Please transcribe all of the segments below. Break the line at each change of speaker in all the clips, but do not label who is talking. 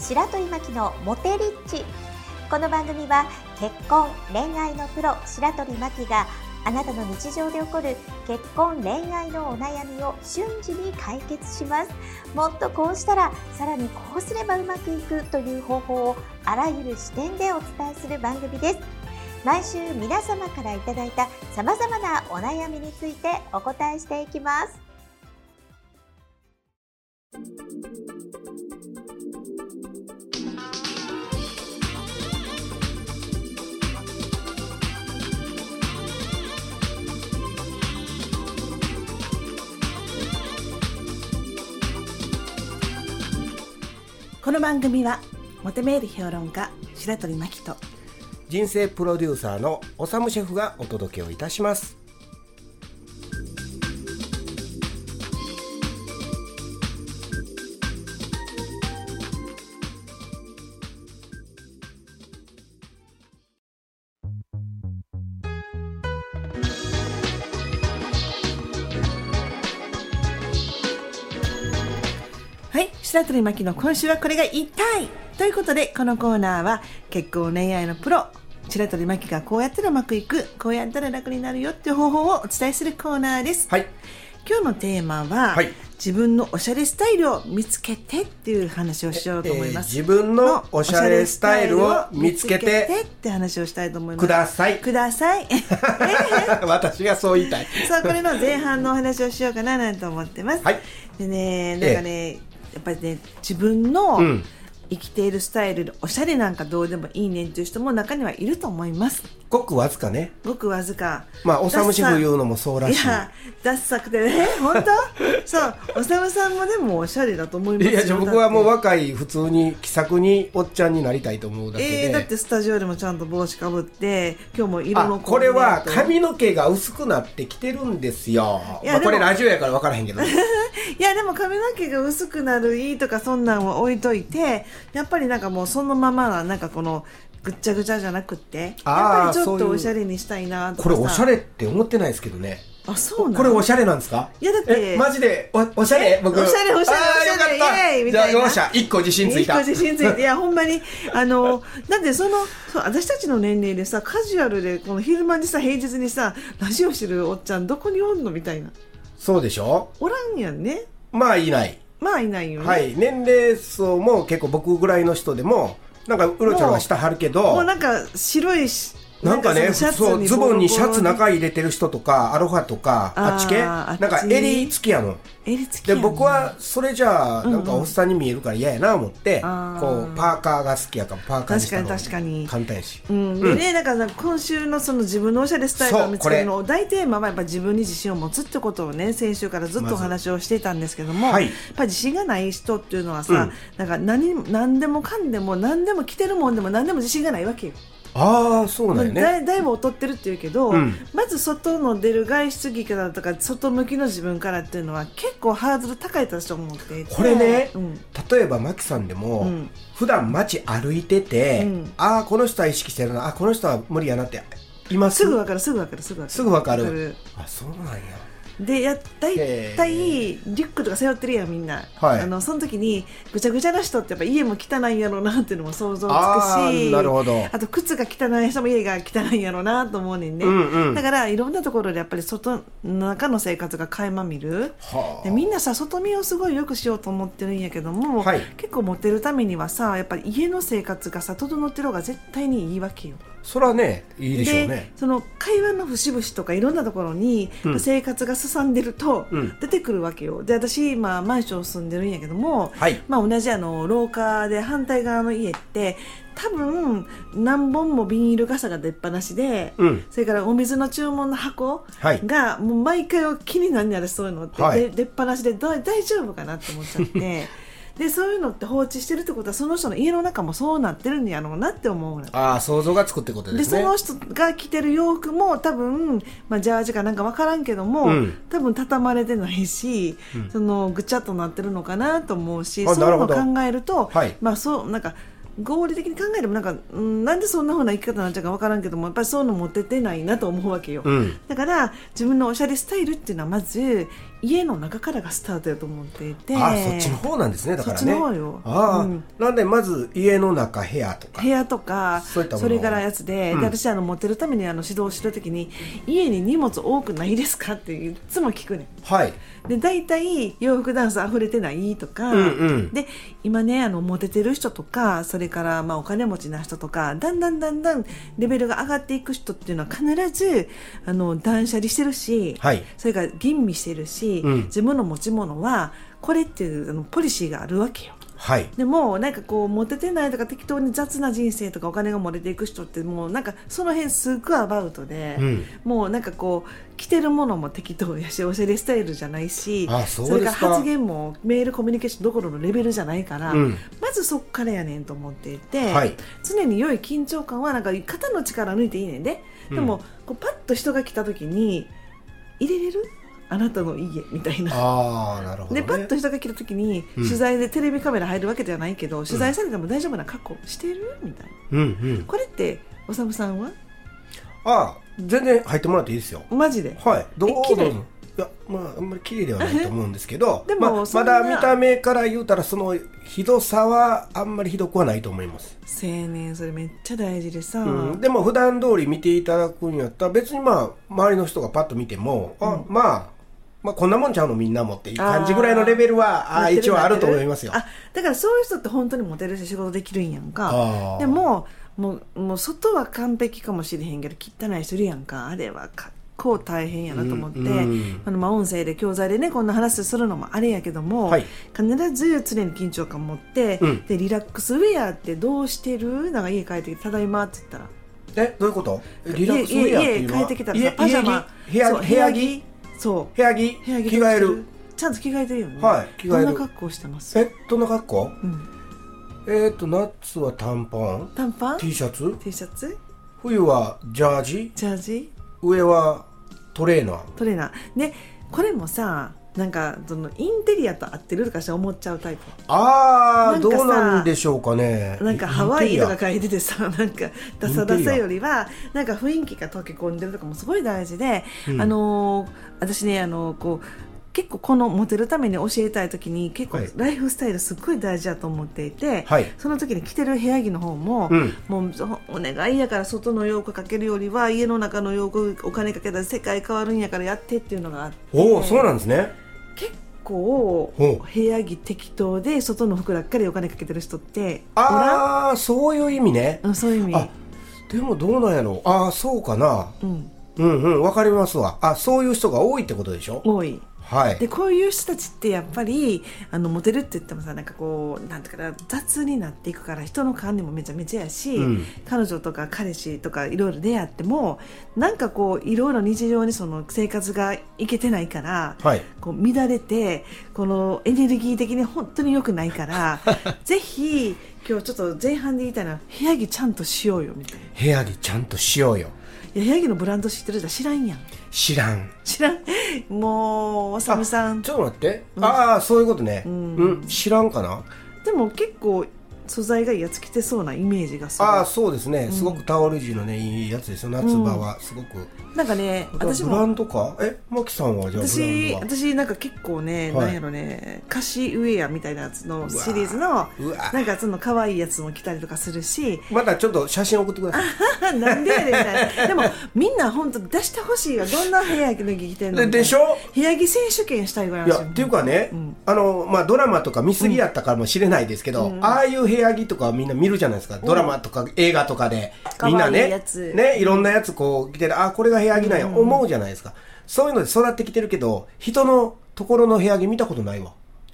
白鳥真希のモテリッチこの番組は結婚恋愛のプロ白鳥真希があなたの日常で起こる結婚恋愛のお悩みを瞬時に解決しますもっとこうしたらさらにこうすればうまくいくという方法をあらゆる視点でお伝えする番組です毎週皆様からいただいたさまざまなお悩みについてお答えしていきます
この番組はモテメール評論家白鳥真希と
人生プロデューサーのおさむシェフがお届けをいたします
はい白鳥真希の今週はこれが痛いということでこのコーナーは結婚恋愛のプロ白鳥真希がこうやったらうまくいくこうやったら楽になるよっていう方法をお伝えするコーナーです、
はい
今日のテーマは、
はい
自分のおしゃれスタイルを見つけてっていう話をしようと思います、
えー自分のおしゃれスタイルを見つけ
おしゃれスタイルを見つ
て
けって話をしたいと思います
ください
ください
私がそう言いたい
さあこれの前半のお話をしようかななんて思ってます、
はい
でねなんかね、やっぱりね自分の
うん
生きているスタイルでおしゃれなんかどうでもいいねんという人も中にはいると思います
ごくわずかね
ごくわずか
まあおさむシェフ言う
の
のもそうら
い
しい
やダッサくて ね本当そうおさむさんもでもおしゃれだと思います
い
よ
やじゃあ僕はもう
だって
若い普通に気さくにおっちゃんになりたいと思うだけで、
えー、だってスタジオでもちゃんと帽子かぶって今日も色の
あこれは
コーディネート
髪の毛が薄くなってきてるんですよ、
いや
まあ、
でも
これラジオやから分からへん けど
いやでも髪の毛が薄くなるいいとかそんなんは置いといてやっぱりなんかもうそのままなんかこのぐっちゃぐちゃじゃなくってや
あー
っぱりちょっ
そう
と
いう
おしゃれにしたいなとか
こ
さ
れおしゃれって思ってないですけどね
あそうな
これお
ゃ
しゃれなんですか
いやだって
えマジでおおしゃれ僕
おしゃれおしゃれ
あー
おしゃれ
よかった
イエーイみ
じゃ
た
あ
いな
よっしゃ一個自信ついた
自信つ いていやほんまにあのだってそのそう私たちの年齢でさカジュアルでこの昼間にさ平日にさラジオしてるおっちゃんどこにおんのみたいな
そうでしょ
おらんやんね
まあいない、
まあいないよね、
はい年齢層も結構僕ぐらいの人でもなんかうろちょろしたはるけど
もうなんか白いし
なんかね、
その
そう、ズボンにシャツ
ボロボロで
中入れてる人とか、アロハとか、
あー
あっち系
あ
な
っ
ん
ち
か襟付きやの。
襟付き
で、
やんな
僕は、それじゃあ、なんかおっさんに見えるから嫌やな思って、こ
あー
う、パーカーが好きやから、パーカーにしたの。
確かに確かに
簡単やし。
うん、でね、だからなんか今週のその自分のおしゃれスタイルを見つけるのを大テーマはやっぱ自分に自信を持つってことをね先週からずっとお話をしていたんですけども、
まずはい
やっぱ自信がない人っていうのはさ、
うん
なんか何何でもかんでも何でも着てるもんでも何でも自信がないわけよ、
ああ、そうなん
だ
やね。
いだいぶ劣ってるっていうけど、
うん
まず外の出る外出着からとか外向きの自分からっていうのは結構ハードル高いと私は思っていて
これね
うん、
例えば、マキさんで
う
も
ん、
普段街歩いてて
うん、
ああ、この人は意識してるな、あこの人は無理やなって、います
すぐわかるすぐわかるすぐわかる
すぐわか
わ
る。あ、そうなんや。
でや大
へ
体リュックとか背負ってるやんみんな、
はい
あのその時にぐちゃぐちゃな人ってやっぱ家も汚いんやろうなっていうのも想像つく
あ
し
ーなるほど。
あと靴が汚い人も家が汚いんやろうなと思うねんね、
うんうん
だからいろんなところでやっぱり外の中の生活が垣間見る
はあ
でみんなさ外見をすごい良くしようと思ってるんやけども、
はい
結構モテるためにはさやっぱり家の生活がさ整ってる方が絶対にいいわけよ。
それはね、いいでしょうね。
その会話の節々とかいろんなところに
うん
生活がすさんでると
うん
出てくるわけよ、で私今マンション住んでるんやけども、
はい
まあ、同じあの廊下で反対側の家って多分何本もビニール傘が出っ放しで、
うん
それからお水の注文の箱
はい
がもう毎回気になるんやろそういうのって、
はい
で出っ放しでだ大丈夫かなって思っちゃって でそういうのって放置してるってことはその人の家の中もそうなってるんやろうなって思うの。
ああ、想像がつくってこと
で
です
そ
ね。
の人が着てる洋服も多分、まあ、ジャージかなんか分からんけども、
うん
多分畳まれてないし、そのぐちゃっとなってるのかなと思うし
あ
そういうのを
なるほ
考えると、
はい
まあそうなんか合理的に考えてもなんか、うん、なんでそんなふうな生き方になっちゃうか分からんけどもやっぱりそういうの持っててないなと思うわけよ。
うん。
だから自分のおしゃれスタイルっていうのはまず家の中からがスタートやと思っていて
あそっちの方なんですねだからね
そっちの方よ
ああ、
うん
なんでまず家の中部屋とか
部屋とか
そういったもの
それからやつで,、
うん
で私あの持ってるためにあの指導してる時に「家に荷物多くないですか?」っていつも聞くねん
はい
で大体洋服ダンス溢れてないとか、
うんうん
で今ねあのモテてる人とかそれからまあお金持ちな人とかだんだんだんだんレベルが上がっていく人っていうのは必ずあの断捨離してるし、
はい
それから吟味してるし、
うん
自分の持ち物はこれっていうあのポリシーがあるわけよ。
はい
でもなんかこうモテてないとか適当に雑な人生とかお金が漏れていく人ってもうなんかその辺すっごいアバウトで、
うん
もうなんかこう着てるものも適当やしおしゃれスタイルじゃないし
あそう
れ
で
から
すか
発言もメールコミュニケーションどころのレベルじゃないから、
うん
まずそっからやねんと思っていて、
はい
常に良い緊張感はなんか肩の力抜いていいねんで、
うん
でもこうパッと人が来た時に入れれるあなたの家みたいな。
ああなるほど、ね、
でパッと人が来た時に、
うん
取材でテレビカメラ入るわけではないけど取材されても大丈夫な格好してるみたいな
うんうん
これっておさむさんは
ああ全然入ってもらっていいですよ
マジで
はいどうぞ
綺麗
いやまああんまり綺麗ではないと思うんですけど
でも
まあ
そ
ま
んな
だ見た目から言うたらそのひどさはあんまりひどくはないと思います、
青年それめっちゃ大事でさ、
うん、でも普段通り見ていただくんやったら別にまあ周りの人がパッと見てもあ、まあまあこんなもんちゃうのみんなもっていう感じぐらいのレベルは
な
ああ
ってる
一応あると思いますよ
なってるあだからそういう人って本当にモテるし仕事できるんやん
あ
か
ー
でももうもう外は完璧かもしれへんけど汚い人いるやんかあれは格好大変やなと思って、
うんうん
あのまあ音声で教材でねこんな話するのもあれやけども、
はい
必ず常に緊張感持って、
うん
でリラックスウェアってどうしてるなんか家帰ってきて「ただいま」って言ったら
えどういうことリラッ
家
クスウェアって
家家
いう
帰
のは
ってきたら
家
さパジャマ
家着部屋
そう
着部屋着
そう
部屋着
部屋着
着替える
ちゃんと着替えてるよね、
はい着替える
どんな格好してます
えどんな格好
うん、
えっと夏は短パン
短パン
T シャツ
T シャツ
冬はジャージ
ジャージ
上はトレーナー
トレーナーねこれもさなんかそのインテリアと合ってるとかして思っちゃうタイプ
あ
な
あ
んか
ど
さ
うなんでしょうかね
なんかハワイと
イン
か
テリ
書いててさ なんかダサダサよりはなんか雰囲気が溶け込んでるとかもすごい大事で、
うん
あのー私ねあのーこう結構このモテるために教えたい時に結構
はい
ライフスタイルすっごい大事だと思っていて、
アはい
その時に着てる部屋着の方も、
うん
もうお願いやから外の洋服かけるよりは家の中の洋服お金かけたら世界変わるんやからやってっていうのがあって
おおそうなんですね
結構
ほ
部屋着適当で外の服ばっかりお金かけてる人って
ああそういう意味ね
おらんうんそういう意
あ
味、
でもどうなんやろうああそうかな
うん、
うんうんわかりますわあそういう人が多いってことでしょ
多い。
はい
でこういう人たちってやっぱりあのモテるって言ってもさなんかこうなんていうかな雑になっていくから人の管理もめちゃめちゃやし、
うん
彼女とか彼氏とかいろいろ出会ってもなんかこういろいろ日常にその生活がいけてないから。
はい
こう乱れてこのエネルギー的に本当に良くないから ぜひ今日ちょっと前半で言いたいのは部屋着ちゃんとしようよみたい
部屋着ちゃんとしようよ
ないや部屋着のブランド知ってるじゃん知らんやん
知らん
知らんもうおさむさん
ちょっと待って、ああそういうことね
うん
うん、知らんかな
でも結構素材がいいやつ着てそうなイメージがすごい
ああそうですね、すごくタオル地のねいいやつですよ夏場はすごく、
なんかね私
ブラ
も
ンドかえマキさんはじゃあブラン
私
ドは
私なんか結構ね、
はい
なんやろね菓子ウェアみたいなやつのシリーズの
うわ
なんかその可愛いやつも着たりとかするし
またちょっと写真送ってくださ い
なんでやねんみたいなでもみんな本当出してほしいわどんな部屋着の着てんの
ででしょ
部屋着選手権したいぐらい
い
なんで
や
すよ
っていうかね、
うん
あのまあ、ドラマとか見すぎやったかもしれないですけど、ああいう部屋着とかみんな見るじゃないですか、ドラマとか映画とかで
可愛
み
い
んな
や
ね
つ
ねいろんなやつこう着てるあこれが部屋着なんや、思うじゃないですかそういうので育ってきてるけど人のところの部屋着見たことないわ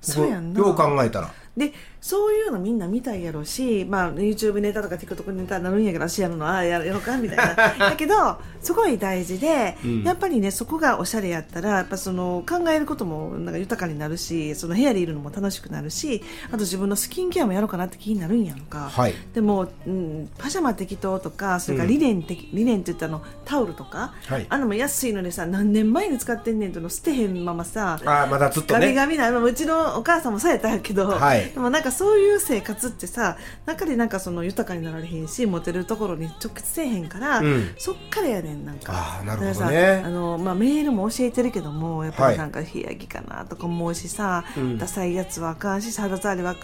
そうやんな
よう考えたら
でそういうのみんな見たいやろうし、まあ、YouTube ネタとか TikTok ネタになるんやけど私やるのああやろうかみたい なだけどすごい大事で、
うん
やっぱりねそこがおしゃれやったらやっぱその考えることもなんか豊かになるしその部屋でいるのも楽しくなるしあと自分のスキンケアもやろうかなって気になるんやんか。
はい
でも、うん、パジャマ適当とかそれからリネン的、リネンって言ったのタオルとか、
はい
あのも安いのにさ何年前に使ってんねんとの捨てへんままさ
ああまだずっと
ガビ
ね
ガビな、あのうちのお母さんもそうやったけど、
はいはい
でもなんかそういう生活ってさ中でなんかその豊かになられへんしモテるところに直結せえへんから、
うん
そっからやねんなんか。
ああなるほ
だ
ど
からさあ
ね
のまあ、メールも教えてるけどもやっぱ
は
り
い
なんか冷やぎかなとか思うしさ、
うん
ダサいやつはあかんし肌触りは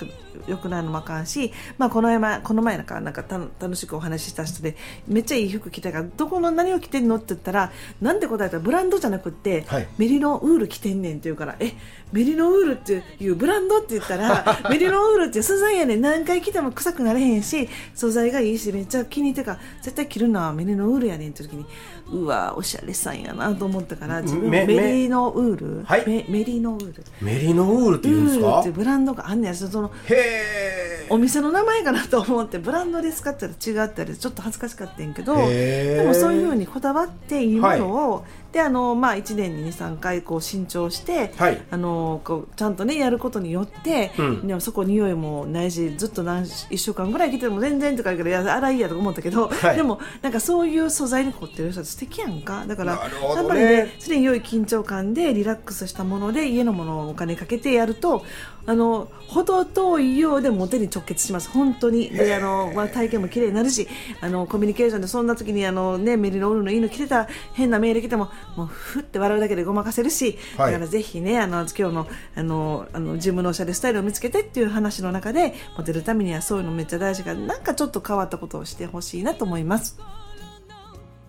良くないのもあかんし、まあ、この前この前なんかなんかた楽しくお話しした人でめっちゃいい服着たからどこの何を着てんのって言ったらなんて答えたらブランドじゃなくって、
はい
メリノウール着てんねんって言うからえメリノウールっていうブランドって言ったらメリノウールって素材やねん何回着ても臭くなれへんし素材がいいしめっちゃ気に入ってから絶対着るのはメリノウールやねんって時にうわおしゃれさんやなと思ったから自分
め
メリノウール、
はい
メメリノウール
メリノウールって言うんです
ウール
か
っていうブランドがあんねんその
へえ
お店の名前かなと思ってブランドで使ったら違ったりちょっと恥ずかしかったんやけど
へー
でもそういうふうにこだわっていいものを、であのまあ、1年に23回こう新調して、
はい
あのこうちゃんとねやることによって、
うん
でもそこ匂いもないしずっと何1週間ぐらい着ても全然とか言うからいや洗いやとか思ったけど、
はい
でもなんかそういう素材に凝ってる人は素敵やんかだから
なるほどね
やっぱりね常に良い緊張感でリラックスしたもので家のものをお金かけてやるとあの程遠いようでモテに直結します本当にであの、まあ、体験も綺麗になるしあのコミュニケーションでそんな時にあの、ね、メリノールのいいの着てたら変なメール来てももうふって笑うだけでごまかせるし、
はい
だからぜひねあの今日のあのあの自分のおしゃれスタイルを見つけてっていう話の中でモテるためにはそういうのめっちゃ大事だからなんかちょっと変わったことをしてほしいなと思います。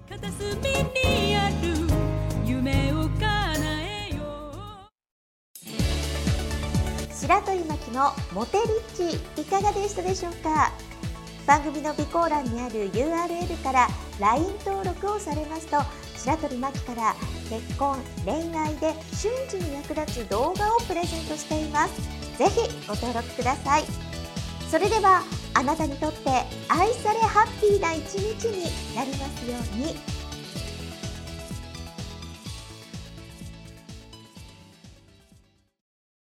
片隅にある夢を叶えよう
白鳥巻のモテリッチいかがでしたでしょうか番組の備考欄にある URL から LINE 登録をされますと白鳥巻から結婚恋愛で瞬時に役立つ動画をプレゼントしていますぜひご登録くださいそれではあなたにとって愛されハッピーな一日になりますように